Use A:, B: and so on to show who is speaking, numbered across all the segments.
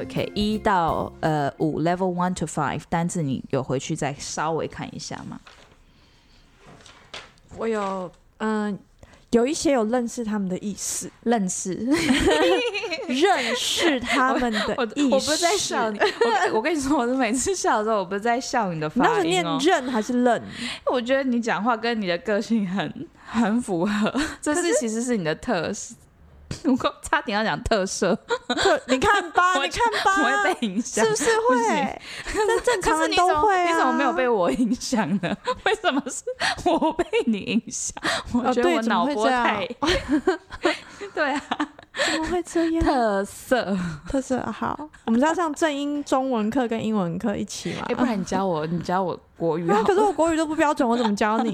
A: OK，一到呃五 Level One to Five 单字，你有回去再稍微看一下吗？
B: 我有嗯、有一些有认识他们的意 思，
A: 认识，
B: 认识他们的
A: 我
B: 意思。
A: 我不是在笑你，我我跟你说，我是每次笑的时候，我不是在笑你的
B: 你那
A: 发
B: 是
A: 音
B: 念
A: 哦。
B: 认还 是认？
A: 我觉得你讲话跟你的个性很 很符合，这是其实是你的特色。 我刚差点要讲特色，
B: 特你看吧，
A: 我
B: 你看
A: 我会
B: 吧，
A: 被影响
B: 是。不是
A: 不
B: 会
A: 行？
B: 这正
A: 可
B: 常
A: 啊是
B: 人
A: 你怎
B: 都
A: 么
B: 会啊。
A: 你怎么没有被我影响呢？为什么是我被你影响？我
B: 哦
A: 觉得
B: 对
A: 我
B: 怎么
A: 脑
B: 会
A: 波
B: 这样
A: 太…… 对啊，
B: 怎么会这 样？
A: 特色。
B: 特色好，我们是要上正英中文课跟英文课一起嘛
A: 哎、？不然你教我，你教我国语
B: 然
A: 好
B: 后
A: 了，
B: 可是我国语都不标准，我怎么教你？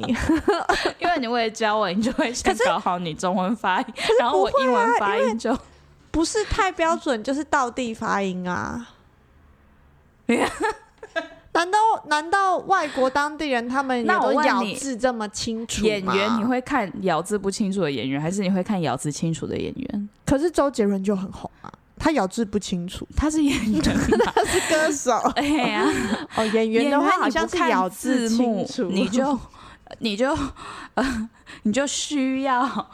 A: 因为你为了教我，你就会先
B: 可是
A: 搞好你中文发音，然后我英文发音就……
B: 不是太标准，就是道地发音啊。 难道难道外国当地人他们也
A: 那我
B: 都
A: 问
B: 咬
A: 你
B: 字这么清楚吗
A: 演员你会看咬字不清楚的演员，还是你会看咬字清楚的演员？
B: 可是周杰伦就很红啊，他咬字不清楚，
A: 他是演 员吗，
B: 他是歌手
A: 哎呀，
B: 哦。演员的话好像是
A: 演员你不看
B: 咬字
A: 字
B: 清
A: 幕
B: 楚，，
A: 你就你就 呃你就需要。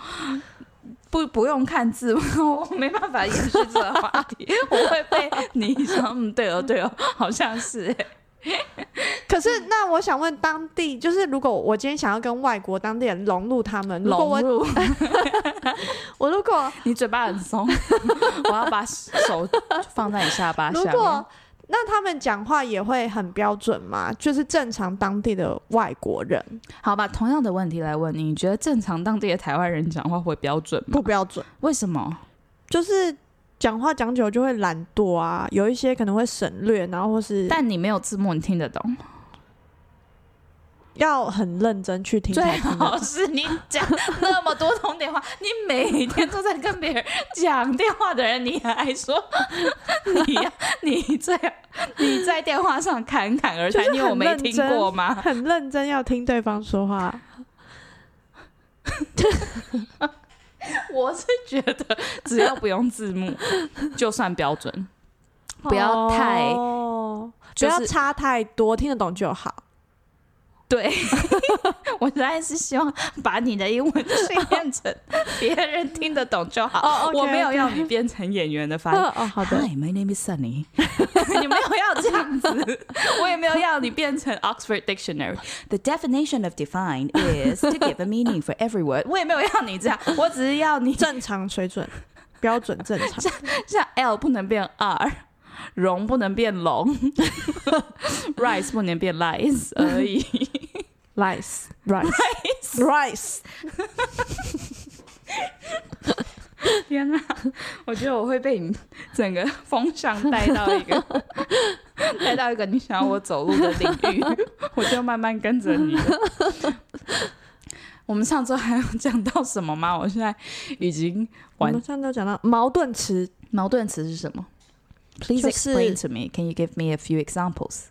A: 不，不用看字幕，我没办法延续这个话题，我会被你说，嗯，对哦，对哦，好像是、哎
B: 可是，那我想问，当地就是如果我今天想要跟外国当地人融入他们，如果
A: 融
B: 我
A: 入，
B: 我如果
A: 你嘴巴很 松，我要把手放在你下巴下
B: 如
A: 面。
B: 果那他们讲话也会很标准吗？就是正常当地的外国人
A: 好吧，同样的问题来问你，你觉得正常当地的台湾人讲话会标准吗
B: 不？标准，
A: 为什么？
B: 就是讲话讲久就会懒惰啊，有一些可能会省略，然后或是
A: 但你没有字幕，你听得懂？
B: 要很认真去听才
A: 最
B: 听得
A: 好是你讲那么多通电话， 你每天都在跟别人讲电话的人，你还说 你呀、你在你在电话上侃侃而谈
B: 就，是
A: 你有
B: 很
A: 没
B: 认
A: 听
B: 真
A: 过吗？
B: 很认真要听对方说话。
A: 我是觉得只要不用字幕，就算标准。不要太
B: 哦
A: 就
B: 不
A: 是
B: 要差太多，听得懂就好。
A: 对， 我实在是希望把你的 英文训练成别人听得懂就好。
B: 哦
A: 我没有要你变成演员的发 音。
B: 哦哦，好的。
A: Hi, my name is Sunny 。 你没有要这样子，我也没有要你变成 Oxford Dictionary。The definition of define is to give a meaning for every word。我也 没有要你这样，我只是要 你
B: 正常水准，标准 正常。
A: 像 L 不能变 R，容不能变龙 ，rice 不能变 lies 而已。
B: Rice, rice, rice。
A: 天啊！我觉得我会被你 整个风向带到一个， 带到一个你想要我走路的领域，我就慢慢跟着 你了。我们上周还有讲到什么吗？我现在已经
B: 我
A: 完
B: 们上周讲到矛盾词，
A: 矛盾词是什么？Please
B: 就是
A: explain to me. Can you give me a few examples?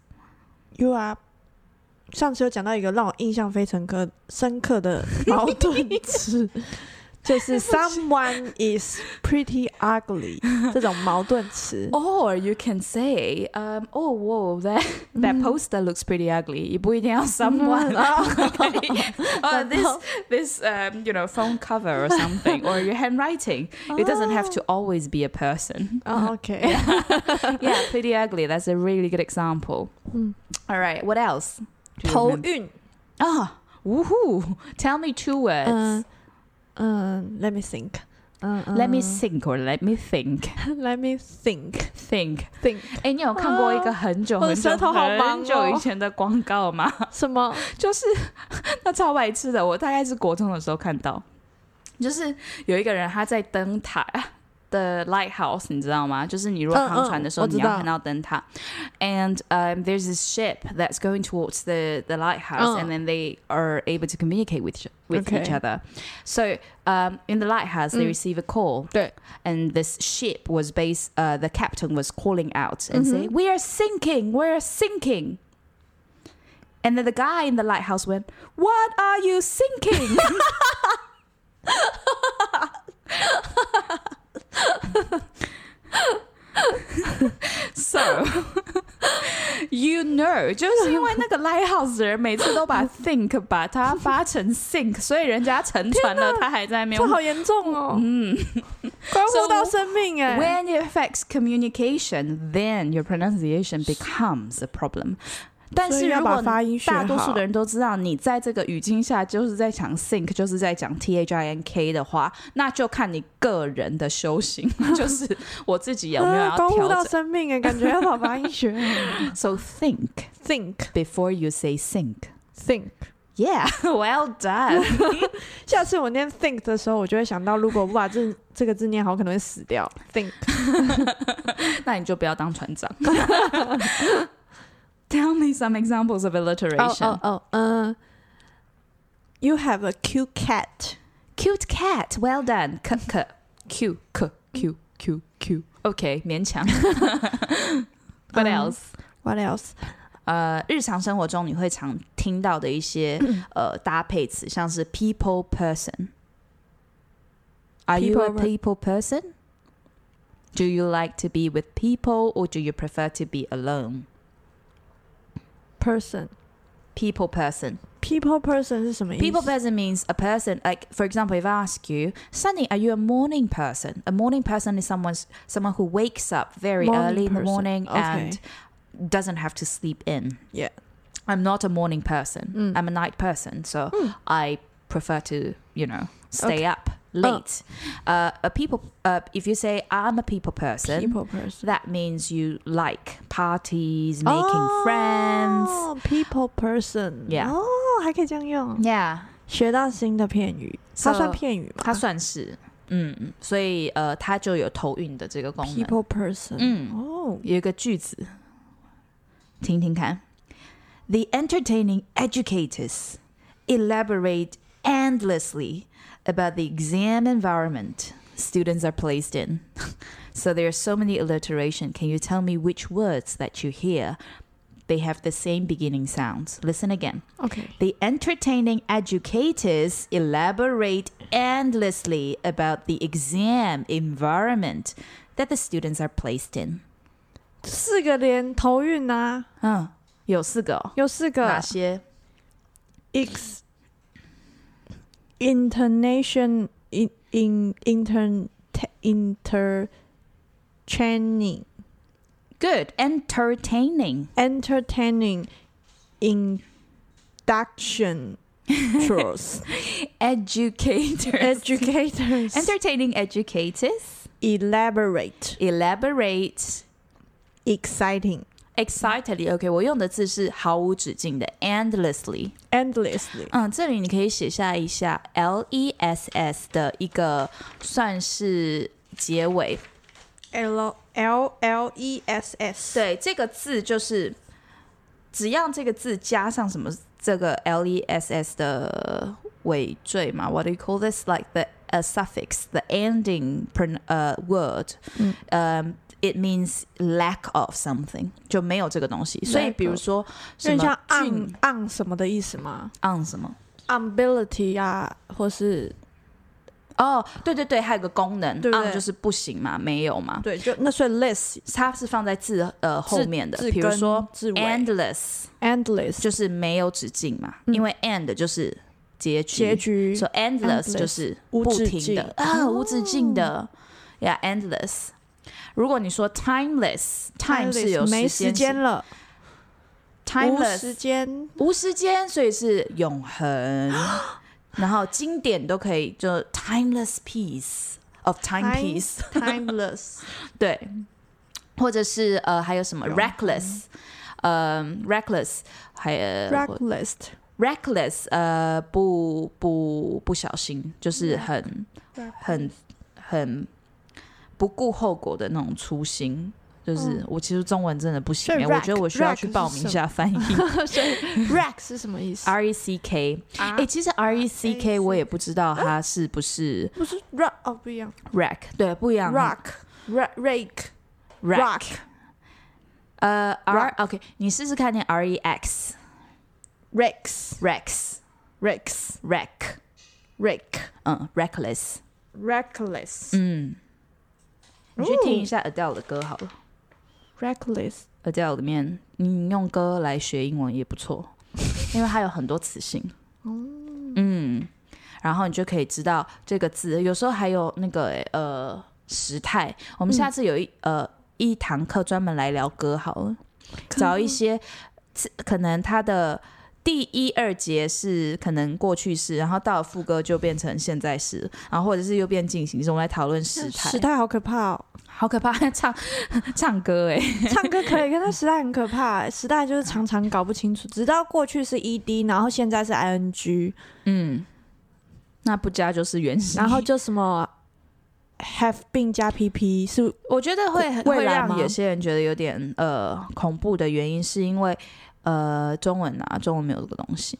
B: you are。上次有讲到一个让我印象非常刻深刻的矛盾词，就是 someone is pretty ugly 这种矛盾词。
A: Or Oh, you can say, um, oh, whoa, that that
B: 嗯
A: poster looks pretty ugly. 也不一定要 someone.
B: 难
A: oh,
B: 道
A: this this um, you know phone cover or something or your handwriting it doesn't
B: Ah.
A: have to always be a person
B: 哦 OK，
A: yeah pretty ugly that's a really good example
B: Hmm.
A: all right what else Do you
B: 头
A: remember?
B: 晕。
A: ah woohoo tell me two words
B: 嗯嗯，Let me think。嗯
A: let me think or let me think
B: let me think
A: think
B: think
A: 哎、你有看过一个很久
B: 我
A: 很
B: 的
A: 久、
B: 舌头好忙
A: 很
B: 哦
A: 久以前的广告吗？
B: 什么？
A: 就是 那超白痴的，我大概是国中的时候看到，就是有一个人他在灯塔的 lighthouse，你知道吗？就是你如果
B: 嗯嗯
A: 航船的时候，
B: 我知
A: 你
B: 道
A: 要看到灯塔。And um, there's this ship that's going towards the the lighthouse,
B: 嗯
A: and then they are able to communicate with each- with
B: Okay. Mm.
A: each other. So um, in the lighthouse, they
B: 嗯
A: receive a call.
B: 对
A: and this ship was based uh, the captain was calling out and
B: Mhm.
A: saying we are sinking we are sinking and then the guy in the lighthouse went what are you sinking
B: 我
A: So you know，就是因为那个 Lighthouse 的人每次都把 think 把它发成 think，所以人家沉船了，他还在那边
B: 这。好严重哦，
A: 嗯
B: 关
A: 所以
B: 乎到生命哎、
A: ，When it affects communication, then your pronunciation becomes a problem. 但
B: 所
A: 是
B: 以要
A: 如果
B: 把发音学
A: 大多数
B: 好
A: 的人都知道，你在这个语境下就是在讲 think，就是在讲 t h i n k 的话，那就看你个人的修 行，就是我自己有没有
B: 啊
A: 要
B: 关乎
A: 调
B: 到
A: 整。
B: 生命哎、感觉要把发音学好。
A: So think
B: think
A: before you say think.
B: think，
A: Yeah, well done.
B: 下次我念 think 的时候，我就会想到，如果我把这这个字念好，我可能会死掉。think
A: 那你就不要当船长。Tell me some examples
B: Oh,
A: of alliteration.
B: 哦，嗯，You have a cute cat。
A: Cute cat, well done. K k q k q q q. OK，勉强。What
B: 嗯
A: else？
B: What else？
A: 呃，日常生活中你会常听到的一些呃搭配词，像是 people person。Are you a
B: People per-
A: people person? Do you like to be with people or do you prefer to be alone?
B: person
A: People person.
B: people person 是什么意思
A: People person means a person. Like for example, if I ask you, Sunny, are you a morning person? A morning person is someone someone who wakes up very
B: Morning
A: early in the
B: person.
A: morning
B: Okay.
A: and doesn't have to sleep in.
B: Yeah.
A: I'm not a morning person.
B: Mm.
A: I'm a night person. So
B: Mm.
A: I prefer to, you know, stay
B: Okay.
A: up late. Uh, a people. Uh, if you say I'm a people person,
B: people person
A: that means you like parties, making
B: Oh.
A: friends.
B: 哦 people person
A: Yeah.
B: 哦，还可以这样用，
A: Yeah.
B: 学到新的片语，
A: So-
B: 它算片语吗？
A: 它算是，嗯，所以呃，它就有头韵的这个功能。
B: people person
A: 嗯，
B: 哦
A: 有一个句子，听听看。The entertaining educators elaborate endlessly about the exam environment students are placed in. So there are so many alliteration. Can you tell me which words that you hear? They have the same beginning sounds. Listen again.
B: ，OK，
A: The entertaining educators elaborate endlessly about the exam environment that the students are placed in.
B: 四个连头韵啊，有四个 ex internation in in inter inter training
A: Good. Entertaining.
B: entertaining induction tours
A: Educators.
B: educators
A: Entertaining educators
B: elaborate
A: elaborate
B: exciting
A: excitedly. OK，我用的字是毫无止境的 endlessly。
B: endlessly
A: 嗯，这里你可以写下一下 L E S S 的一个算是结尾
B: l l l e s s
A: 对，这个字就是只要这个字加上什么这个 l e s s 的尾缀嘛，what do you call this? Like the a suffix, the ending pron- 呃 word，
B: 嗯
A: 嗯。It means lack of something，就没有这个东西。所以，
B: Lack
A: 比如说
B: 有
A: 什
B: 点
A: 么
B: 像 on
A: 俊
B: on 什么的意思吗
A: on 什么？
B: ？ability 啊，或是
A: 哦，对对对，还有个功能
B: 对不
A: on
B: 对
A: 就是不行嘛，没有嘛，
B: 对，就那所以 less
A: 它是放在字呃后
B: 字
A: 面的。
B: 字
A: 比如
B: 根
A: 说
B: 字尾
A: endless，
B: endless
A: 就是没有止境嘛，
B: 嗯
A: 因为 end 就是结局，
B: 结局
A: 所以 endless
B: endless，
A: 就是
B: 无
A: 不
B: 止
A: 停的
B: 境哦
A: 啊，无止境的呀、e n d l e s s 如果你说 timeless，time 是有
B: timeless，没
A: 时
B: 时
A: 间
B: 间
A: 性
B: 了，无时
A: ，timeless
B: 间
A: 无时间，所以是永 恒。然后经典都可以，就 timeless piece of timepiece，
B: timeless
A: 对，或者是呃还有什么 reckless，嗯、r e c k l e s s 还有
B: reckless
A: reckless，呃，不不不小心，就是很很很不顾后果的那种粗心。就是我其实中文真的不行、
B: 所以
A: 欸，我
B: rack-
A: 觉得我需要
B: rack
A: 去报名一
B: 是什
A: 下翻译。
B: 所以 rack 是什么意 思？
A: R E C K，
B: 啊
A: 哎、欸其实 R E C K 我也不知道它是不是
B: 不是 rock 哦，不一样
A: rack，对，不一样。
B: ，rock ra- rake
A: rack，
B: rock
A: 呃，R OK，你试试看念 R E X
B: rakes
A: rex
B: rakes
A: rack，
B: rake
A: 嗯，reckless，
B: reckless
A: 嗯你去听一下 Adele 的歌好了。
B: Reckless，
A: Adele 里面，你用歌来学英文也不 错，因为它有很多词性。嗯，然后你就可以知道这个字，有时候还有那个欸呃时态。我们下次有一、呃一堂课专门来聊歌好了，找一些字可能它的。第一二节是可能过去式，然后到了副歌就变成现在式，然后或者是又变进行式。我们来讨论时态，
B: 时代好可 怕哦！
A: 好可怕，唱 唱歌哎、
B: 唱歌可以，可是时代很可怕、欸时代就是常常搞不清楚，直到过去是 ED，然后现在是 ING，
A: 嗯，那不加就是原型。
B: 然后就什么 have been 加 PP 是
A: 我觉得会
B: 未
A: 会
B: 来吗
A: 让有些人觉得有点呃恐怖的原因，是因为呃中文啊，中文没有这个东西。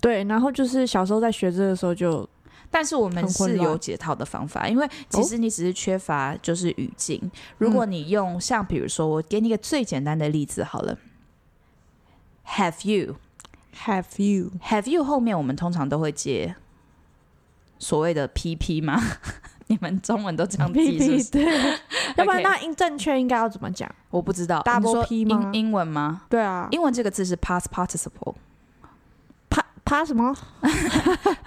B: 对，然后就是小时候在学这个时候就
A: 但是我们
B: 很混
A: 是
B: 乱
A: 有解套的方法，因为其实你只是缺乏就是语境。如果你用像比如说，我给你一个最简单的例子好了，Have you
B: have you
A: Have you 后面我们通常都会接所谓的 PP 吗？ 你们中文都这样记是不
B: PP
A: 是？
B: 对，要不
A: OK
B: 然那应正确应该要怎么讲？
A: 我不知道
B: Double
A: 你说
B: P 吗
A: 英英文吗？
B: 对啊，
A: 英文这个字是 past participle
B: 趴趴什么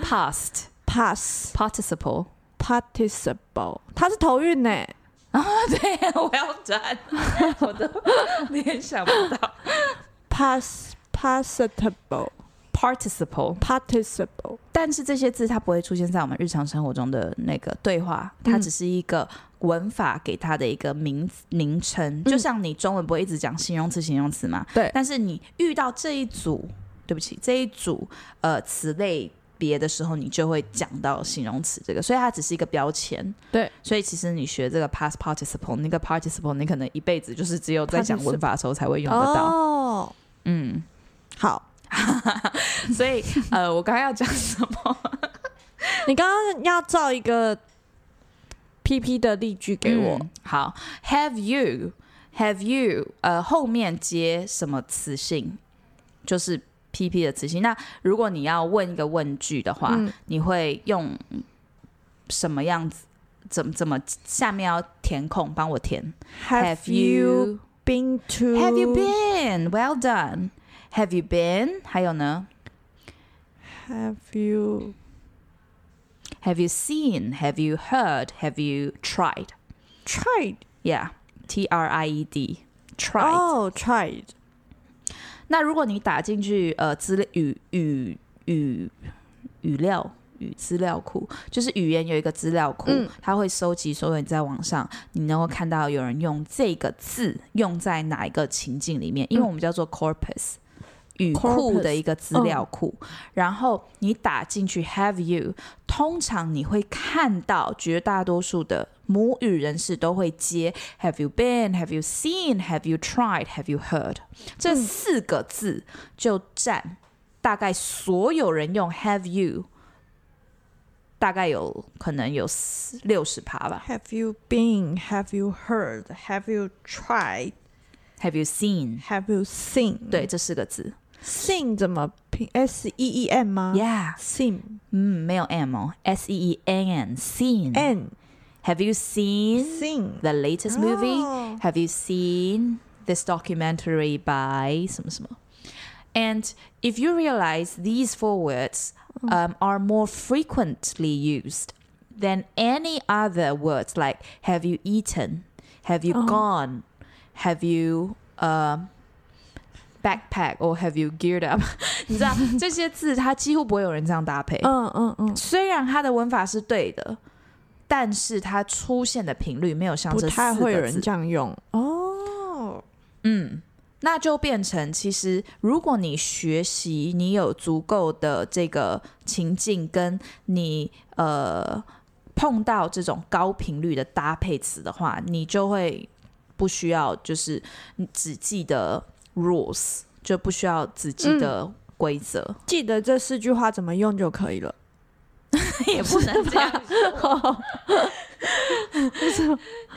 A: past
B: pass
A: participle。
B: participle，它是头韵呢、
A: 对，我要转， 我都联想不到
B: pass possible
A: participle。
B: participle
A: 但是这些字它不会出现在我们日常生活中的那个对话，它
B: 嗯
A: 只是一个文法给它的一个名名称。就像你中文不会一直讲形容词、形容词嘛？
B: 嗯对
A: 但是你遇到这一组，对不起，这一组呃词类别的时候，你就会讲到形容词这个，所以它只是一个标签。
B: 对，
A: 所以其实你学这个 past participle，那个 participle，你可能一辈子就是只有在讲
B: Participle
A: 文法的时候才会用得到。
B: 哦，
A: 嗯，
B: 好，
A: 所以呃，我刚刚要讲什么？
B: 你刚刚要造一个 PP 的例句给我，
A: 嗯好，Have you Have you 呃后面接什么词性？就是 PP 的词性。那如果你要问一个问句的话，
B: 嗯
A: 你会用什么样子？怎么怎么？下面要填空，帮我填。Have you
B: been to
A: Have you been? Well done. Have you been? 还有呢
B: have you
A: ？Have you seen? Have you heard? Have you tried?
B: tried
A: Yeah, T R I E D. Tried.
B: 哦 Oh, tried
A: 那如果你打进去呃资料语语语语料语资料库，就是语言有一个资料库，
B: 嗯
A: 它会收集所有你在网上你能够看到有人用这个字用在哪一个情境里面，因为我们叫做 corpus。语库
B: 嗯 Corpus，
A: 的一个资料库然后你打进去 Have you，通常你会看到绝大多数的母语人士都会接 Have you been？Have you seen？Have you tried？Have you heard？这四个字就占大概所有人用 Have you，大概有可能有六十趴吧。
B: have you been have you heard have you tried
A: Have you seen？
B: have you seen
A: 对，这四个字。
B: seen 怎么拼 s e e n 吗
A: Yeah，
B: seen
A: 嗯，没有 m 哦，s e e n n seen。
B: and
A: Have you seen
B: seen Oh.
A: the latest movie？
B: 哦
A: Have you seen this documentary by 什么什么? And if you realize these four words
B: Mm.
A: um, are more frequently used than any other words, like have you eaten? Have
B: Oh.
A: you gone? Have you um, backpack? Or have you geared up? 你 知道这些字，它几乎不会有人这样搭配。
B: 嗯嗯嗯，
A: 虽然它的文法是对的，但是它出现的频率没有像
B: 不
A: 这四
B: 太会有
A: 个
B: 人
A: 字
B: 这样用
A: Oh.
B: 哦。
A: 嗯，那就变成，其实如果你学习，你有足够的这个情境，跟你呃碰到这种高频率的搭配词的话，你就会不需要就是你只记得 rules，就不需要只记得规则。
B: 记得这四句话怎么用就可以了。
A: 也不能这样说。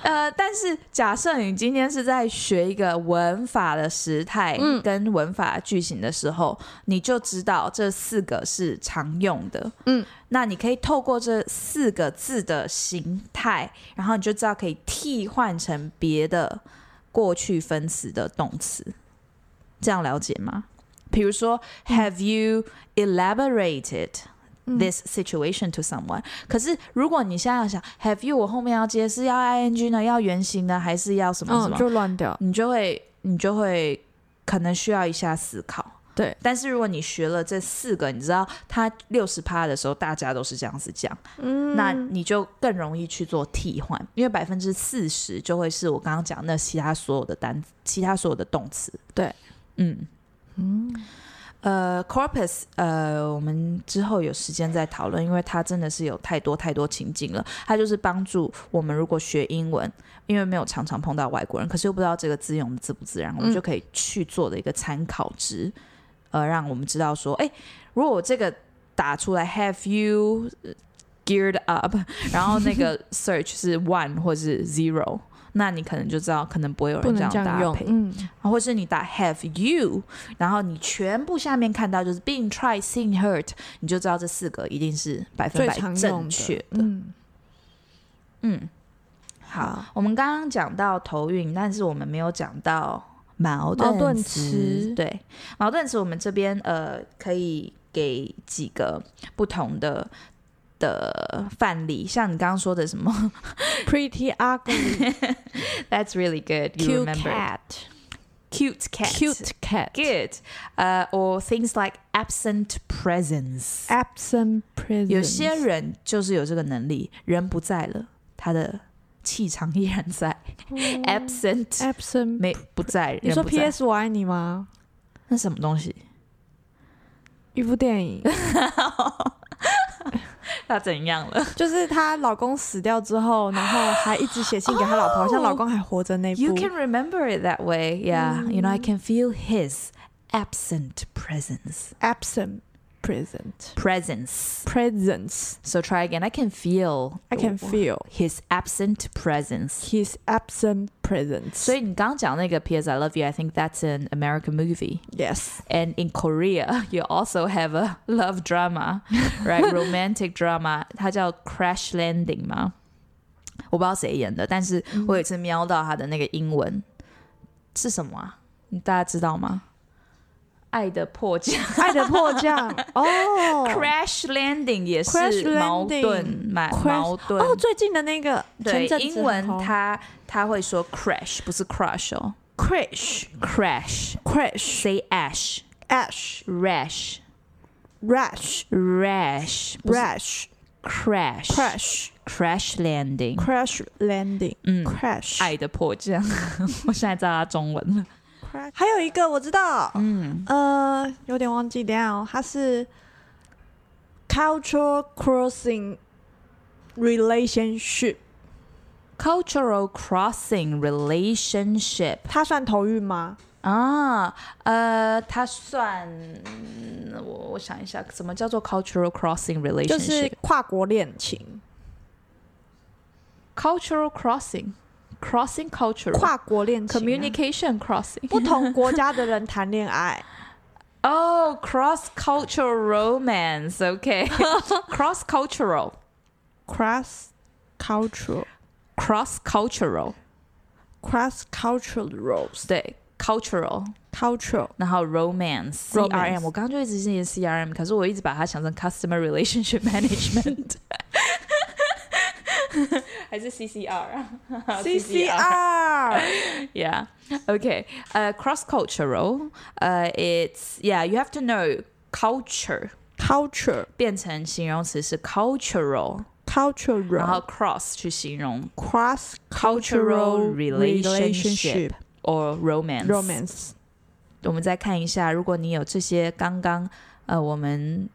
A: 呃，但是假设你今天是在学一个文法的时态
C: 嗯
A: 跟文法句型的时候，你就知道这四个是常用的。
C: 嗯，
A: 那你可以透过这四个字的形态，然后你就知道可以替换成别的过去分词的动词。这样了解吗？比如说，Have
C: 嗯
A: you elaborated？this situation to someone。可是如果你现在要想，have you 我后面要接是要 ing 呢，要原形呢，还是要什么什
C: 嗯，
A: 么？
C: 就乱掉。
A: 你就会你就会可能需要一下思考。
C: 对，
A: 但是如果你学了这四个，你知道它六十趴的时候，大家都是这样子讲，
C: 嗯
A: 那你就更容易去做替换，因为百分之四十就会是我刚刚讲那其他所有的单，其他所有的动词。
C: 对，
A: 嗯。
C: 嗯
A: 呃，corpus，呃，我们之后有时间再讨论，因为它真的是有太多太多情境了。它就是帮助我们，如果学英文，因为没有常常碰到外国人，可是又不知道这个字用的自不自然，我们
C: 嗯
A: 就可以去做的一个参考值，呃，让我们知道说，哎，如果我这个打出来，Have you geared up？然 后那 个 search 是 one 或是 zero，那你可能就知道，可能不会有
C: 不
A: 人这
C: 能这样
A: 搭
C: 用
A: 配。。
C: 嗯，
A: 或是你打 have you，然后你全部下面看到就是 being tried, seen, hurt，你就知道这四个一定是百分
C: 最
A: 百
C: 常用
A: 正确
C: 的
A: 的。。
C: 嗯，
A: 嗯，好，我们刚刚讲到头韵，但是我们没有讲到矛
C: 矛盾
A: 词
C: 词。
A: 对，矛盾词我们这边呃可以给几个不同的。的范例，像你刚刚说的什么
B: Pretty ugly
A: ，That's really good. You
C: cute
A: remember
C: cat,
A: cute cat,
C: cute cat,
A: good. Uh, or things like absent presence.
C: absent presence。
A: 有些人就是有这个能力，人不在了，他的气场依然在。absent
C: 嗯 absent，
A: 没不在，
B: 你
A: 人
B: 说
A: 不在
B: PS 我爱你吗？
A: 那什么东西？
B: 一部电 影，
A: 他怎样了
B: 就是她老公死掉之后，然后还一直写信给她老婆，好像老公还活着那一
A: ？You
B: 部。
A: can remember it that way, yeah. You know, I can feel his absent presence.
B: absent present
A: Presence.
B: presence.
A: So try again. I can feel.
B: I can feel
A: his absent presence.
B: his absent presence.
A: 所以你刚刚讲那个 P.S. I love you. I think that's an American movie.
B: yes,
A: And in Korea, you also have a love drama, right? Romantic drama，它叫 Crash Landing 吗？我不知道谁演的，但是我有一次瞄到它的那个英文是什么啊？你大家知道吗？爱的迫降、
B: 爱的迫降 Oh. 哦
A: c r a s h Landing 也
B: Crash
A: 是
B: Landing
A: 矛盾，嘛，矛盾。
B: 哦，Oh, 最近的那个
A: 对
B: 前，阵子
A: 英文
B: 很红
A: 它它会说 crash，不是 crush 哦
B: crash
A: ，crash，say
B: crash
A: ash。
B: ash
A: Rash,
B: rash
A: rash, 不是
B: rash
A: crash
B: crash
A: crash landing，
B: crash landing
A: 嗯，
B: crash
A: 爱的迫降， 我现在知道它中文了。
B: crash，还有一个我知道，
A: 嗯
B: 呃，有点忘记，等一下哦，它是 cultural crossing relationship，
A: ，cultural crossing relationship
B: 它算头晕吗？
A: 啊，呃，它算我我想一下，怎么叫做 cultural crossing
B: 就
A: relationship？
B: 是跨国恋情，
A: cultural crossing crossing cultural
B: 跨国恋情啊、
A: communication crossing。
B: 不同国家的人谈恋爱，
A: Oh, cross cultural romance. Okay, cross cultural,
B: cross cultural
A: cross cultural，
B: cross cultural roles
A: 对，cultural。
B: cultural
A: 然后 romance
B: Romance
A: CRM，我刚刚就一直念 CRM，可是我一直把它想成 customer relationship management，还是 CCR 啊
B: CCR
A: Yeah. Okay. Uh, cross cultural. Uh, it's yeah. You have to know culture
B: culture
A: 变成形容词是 cultural，
B: cultural
A: 然后
B: role
A: cross 去形容
B: cross
A: cultural
B: cultural
A: relationship
B: relationship
A: or romance。
B: romance
A: 我们再看一下，如果你有这些刚刚呃我们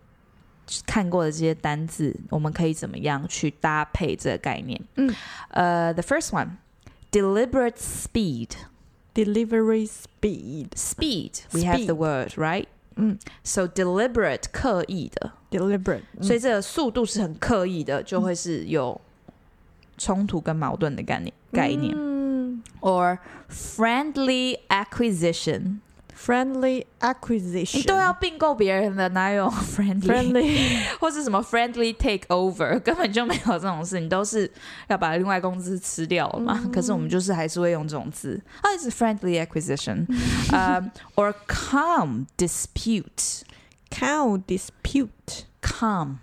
A: 看过的这些单字，我们可以怎么样去搭配这个概念？
C: 嗯，
A: 呃、t h e first one。Deliberate speed,
B: delivery speed
A: speed. We have the
B: Speed.
A: word, right?
B: 嗯
A: So deliberate 刻意的，
B: ，deliberate，
A: 所以这个速度是很刻意的，就会是有冲突跟矛盾的概念概念。
B: 嗯
A: Or friendly acquisition，
B: ，friendly acquisition，
A: 你都要并购别人的，哪有 friendly？
B: friendly，
A: 或是什么 friendly takeover，根 本就没有这种事，你都是要把另外公司吃掉了嘛。可是我们就是还是会用这种字，啊，是 friendly acquisition，呃、o r calm dispute，calm。
B: cow dispute，come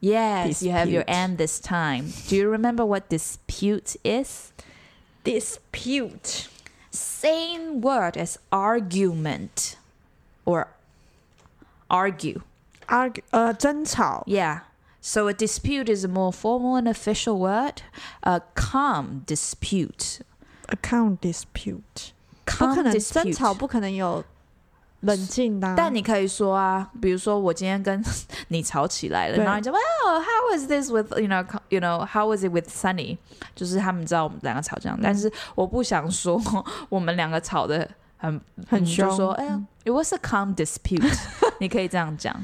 A: Yes, you have your
B: Dispute.
A: end this time. Do you remember what dispute is?
B: dispute，
A: Same word as argument or argue.
B: argue，呃，uh, 争吵
A: Yeah. So a dispute is a more formal and official word. A calm dispute.
B: ，account dispute，不
A: Calm
B: 可能
A: dispute.
B: 争吵，不可能有冷静的啊，
A: 但你可以说啊，比如说我今天跟你吵起来了，
B: 对
A: 然后你就 Well, how is this with you know co- you know how is it with Sunny？就是他们知道我们两个吵架，但是我不想说我们两个吵的很
B: 很
A: 你就
B: 凶
A: 说哎呀，It was a calm dispute 。你可以这样讲，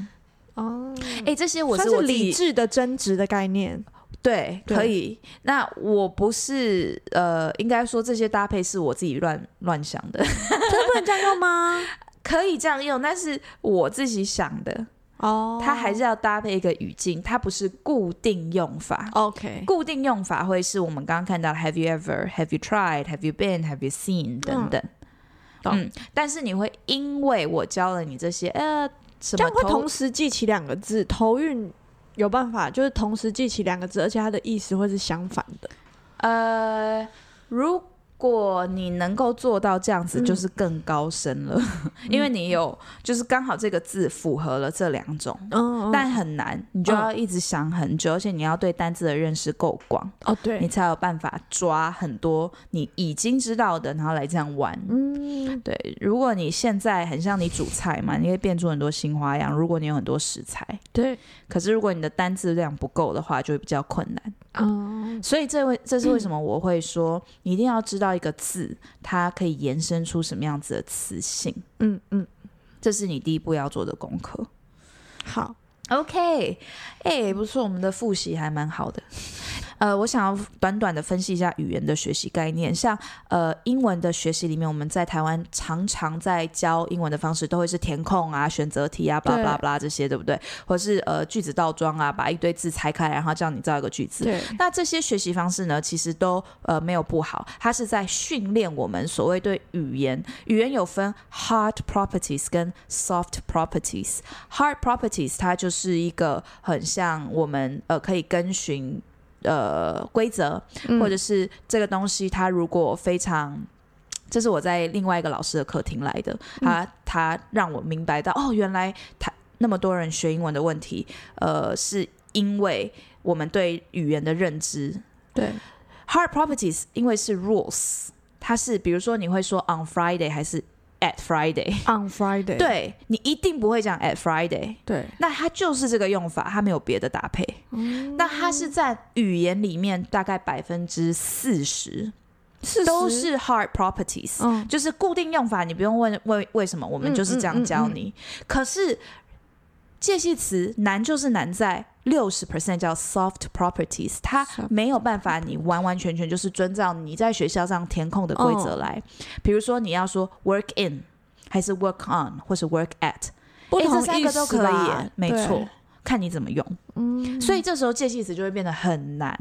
B: 哦，
A: 哎，这些我
B: 算
A: 我
B: 是
A: 自己
B: 理智的争执的概念，
A: 对，
B: 对
A: 可以。那我不是呃，应该说这些搭配是我自己乱乱想的，
B: 真不能这样用吗？
A: 可以这样用，但是我自己想的。
B: 哦，
A: 它还是要搭配一个语境，它不是固定用法。
B: OK，
A: 固定用法会是我们刚刚看到的 Have you ever? Have you tried? Have you been? Have you seen? 等等。
B: 懂
A: 嗯，但是你会因为我教了你这些，呃，什
B: 这
A: 么
B: 样会
A: 头
B: 同时记起两个字，头韵有办法，就是同时记起两个字，而且它的意思会是相反的。
A: 呃，如果你能够做到这样子，
B: 嗯
A: 就是更高深了， 因为你有就是刚好这个字符合了这两种，
B: 嗯
A: 但很难，你就要一直想很久，而且你要对单字的认识够广。
B: 哦
A: 你
B: 对，
A: 才有办法抓很多你已经知道的，然后来这样玩。
B: 嗯，
A: 对，如果你现在很像你煮菜嘛，你会变出很多新花样。如果你有很多食材，
B: 对，
A: 可是如果你的单字量不够的话，就会比较困难。
B: 嗯，
A: 所以这位这是为什么我会说，你一定要知道一个字，它可以延伸出什么样子的词性，
B: 嗯嗯，
A: 这是你第一步要做的功课。
B: 好，
A: OK，哎、不错，我们的复习还蛮好的。呃，我想要短短的分析一下语言的学习概念，像呃英文的学习里面，我们在台湾常常在教英文的方式都会是填空啊、选择题啊、巴拉
B: 对
A: 巴拉这些，对不对？或是呃句子倒装啊，把一堆字拆开，然后叫你造一个句子。
B: 对，
A: 那这些学习方式呢，其实都呃没有不好，它是在训练我们所谓对语言。语言有分 hard properties 跟 soft properties。hard properties 它就是一个很像我们呃可以跟循呃规则，
B: 嗯
A: 或者是这个东西它如果非常。这是我在另外一个老师的课听来的，他他让我明白到，哦，原来他那么多人学英文的问题，呃，是因为我们对语言的认知
B: 对，
A: hard properties，因为是 rules，它是比如说你会说 on Friday 还是 at Friday，
B: On Friday，
A: 对你一定不会讲 at Friday，
B: 对，
A: 那它就是这个用法，它没有别的搭配。
B: 嗯
A: 那它是在语言里面大概百分之四十
B: 是
A: 都，是 hard properties，、
B: 嗯，
A: 就是固定用法，你不用问为为什么，我们就是这样教
B: 嗯
A: 你。可是介系词难就是难在六十 percent 叫 soft properties，它
B: Soft
A: 没有办法你完完全全就是遵照你在学校上填空的规则
B: 哦
A: 来。比如说你要说 work in 还是 work on 或是 work at，
B: 不
A: 诶
B: 同
A: 这三
B: 意
A: 个都
B: 思
A: 可以
B: 吧
A: 耶，没
B: 对
A: 错，看你怎么用。
B: 嗯，
A: 所以这时候介系词就会变得很难，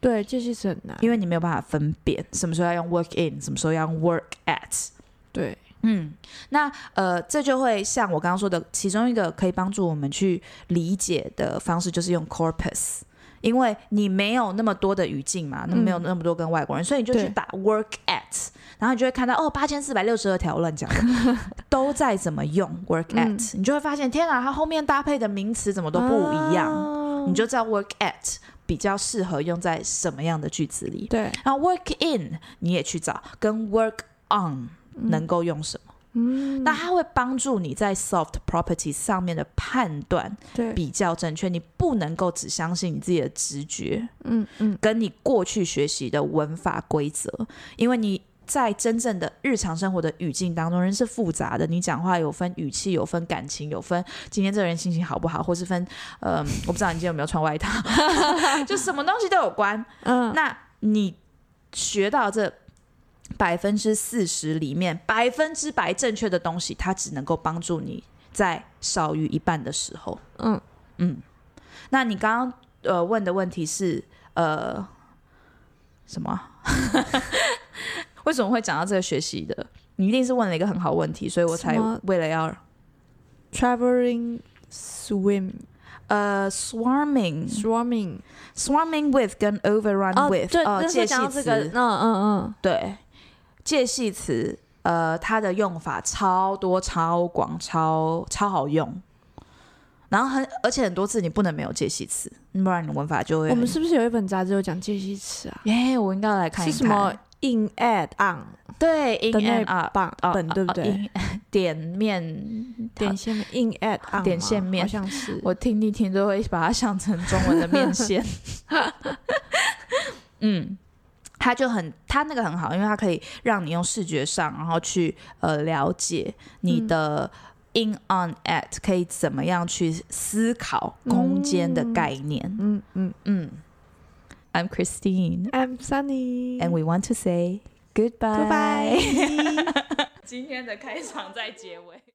B: 对，这些是很难，
A: 因为你没有办法分辨什么时候要用 work in，什么时候要用 work at。
B: 对，
A: 嗯，那呃，这就会像我刚刚说的，其中一个可以帮助我们去理解的方式，就是用 corpus，因为你没有那么多的语境嘛，那
B: 嗯
A: 没有那么多跟外国人，所以你就去
B: 对
A: 打 work at，然后你就会看到哦，八千四百六十二条 乱讲的都在怎么用 work at，、你就会发现天啊，它后面搭配的名词怎么都不一样，
B: 啊
A: 你就知道 work at 比较适合用在什么样的句子里。
B: 对，
A: 然后 work in 你也去找，跟 work on 能够用什么？
B: 嗯，
A: 那它会帮助你在 soft properties 上面的判断
B: 对，
A: 比较正确，你不能够只相信你自己的直觉，
B: 嗯嗯，
A: 跟你过去学习的文法规则，因为你在真正的日常生活的语境当中，人是复杂的。你讲话有分语气，有分感情，有分今天这个人心情好不好，或是分，嗯、我不知道你今天有没有穿外套， 就什么东西都有关。
B: 嗯，
A: 那你学到这百分之四十里面百分之百正确的东西，它只能够帮助你在少于一半的时候。
B: 嗯
A: 嗯，那你刚刚呃问的问题是呃什么 啊？为什么会讲到这个学习的？你一定是问了一个很好的问题，所以我才
B: 什么
A: 为了要
B: traveling swim
A: 呃 swarming
B: swarming
A: swarming with 跟 overrun
B: 哦，
A: with
B: 对，
A: 呃
B: 那时候
A: 介系
B: 讲到这个，
A: 词
B: 嗯嗯
A: 对，介系词，呃，它的用法超多、超广、超超好用。然后很，而且很多次你不能没有介系词，不然你文法就会
B: 嗯，
A: 很。
B: 我们是不是有一本杂志有讲介系词啊？
A: 耶我应该来看一
B: 是
A: 看
B: 什么 in add on
A: 对，in
B: 的
A: and
B: 那
A: up，
B: 榜
A: 哦
B: 本对不？
A: 哦
B: 对？
A: in- 点面
B: 点线面 in add on
A: 点
B: 吗
A: 线面
B: 好像是
A: 我听一听都会把它想成中文的面 线。嗯，它就很，它那个很好，因为它可以让你用视觉上，然后去呃了解
B: 嗯
A: 你的 in on at 可以怎么样去思考空间的概念。
B: 嗯嗯
A: 嗯 I'm Christine
B: ，I'm Sunny
A: and we want to say goodbye。
B: goodbye。
D: 今天的开场在结尾。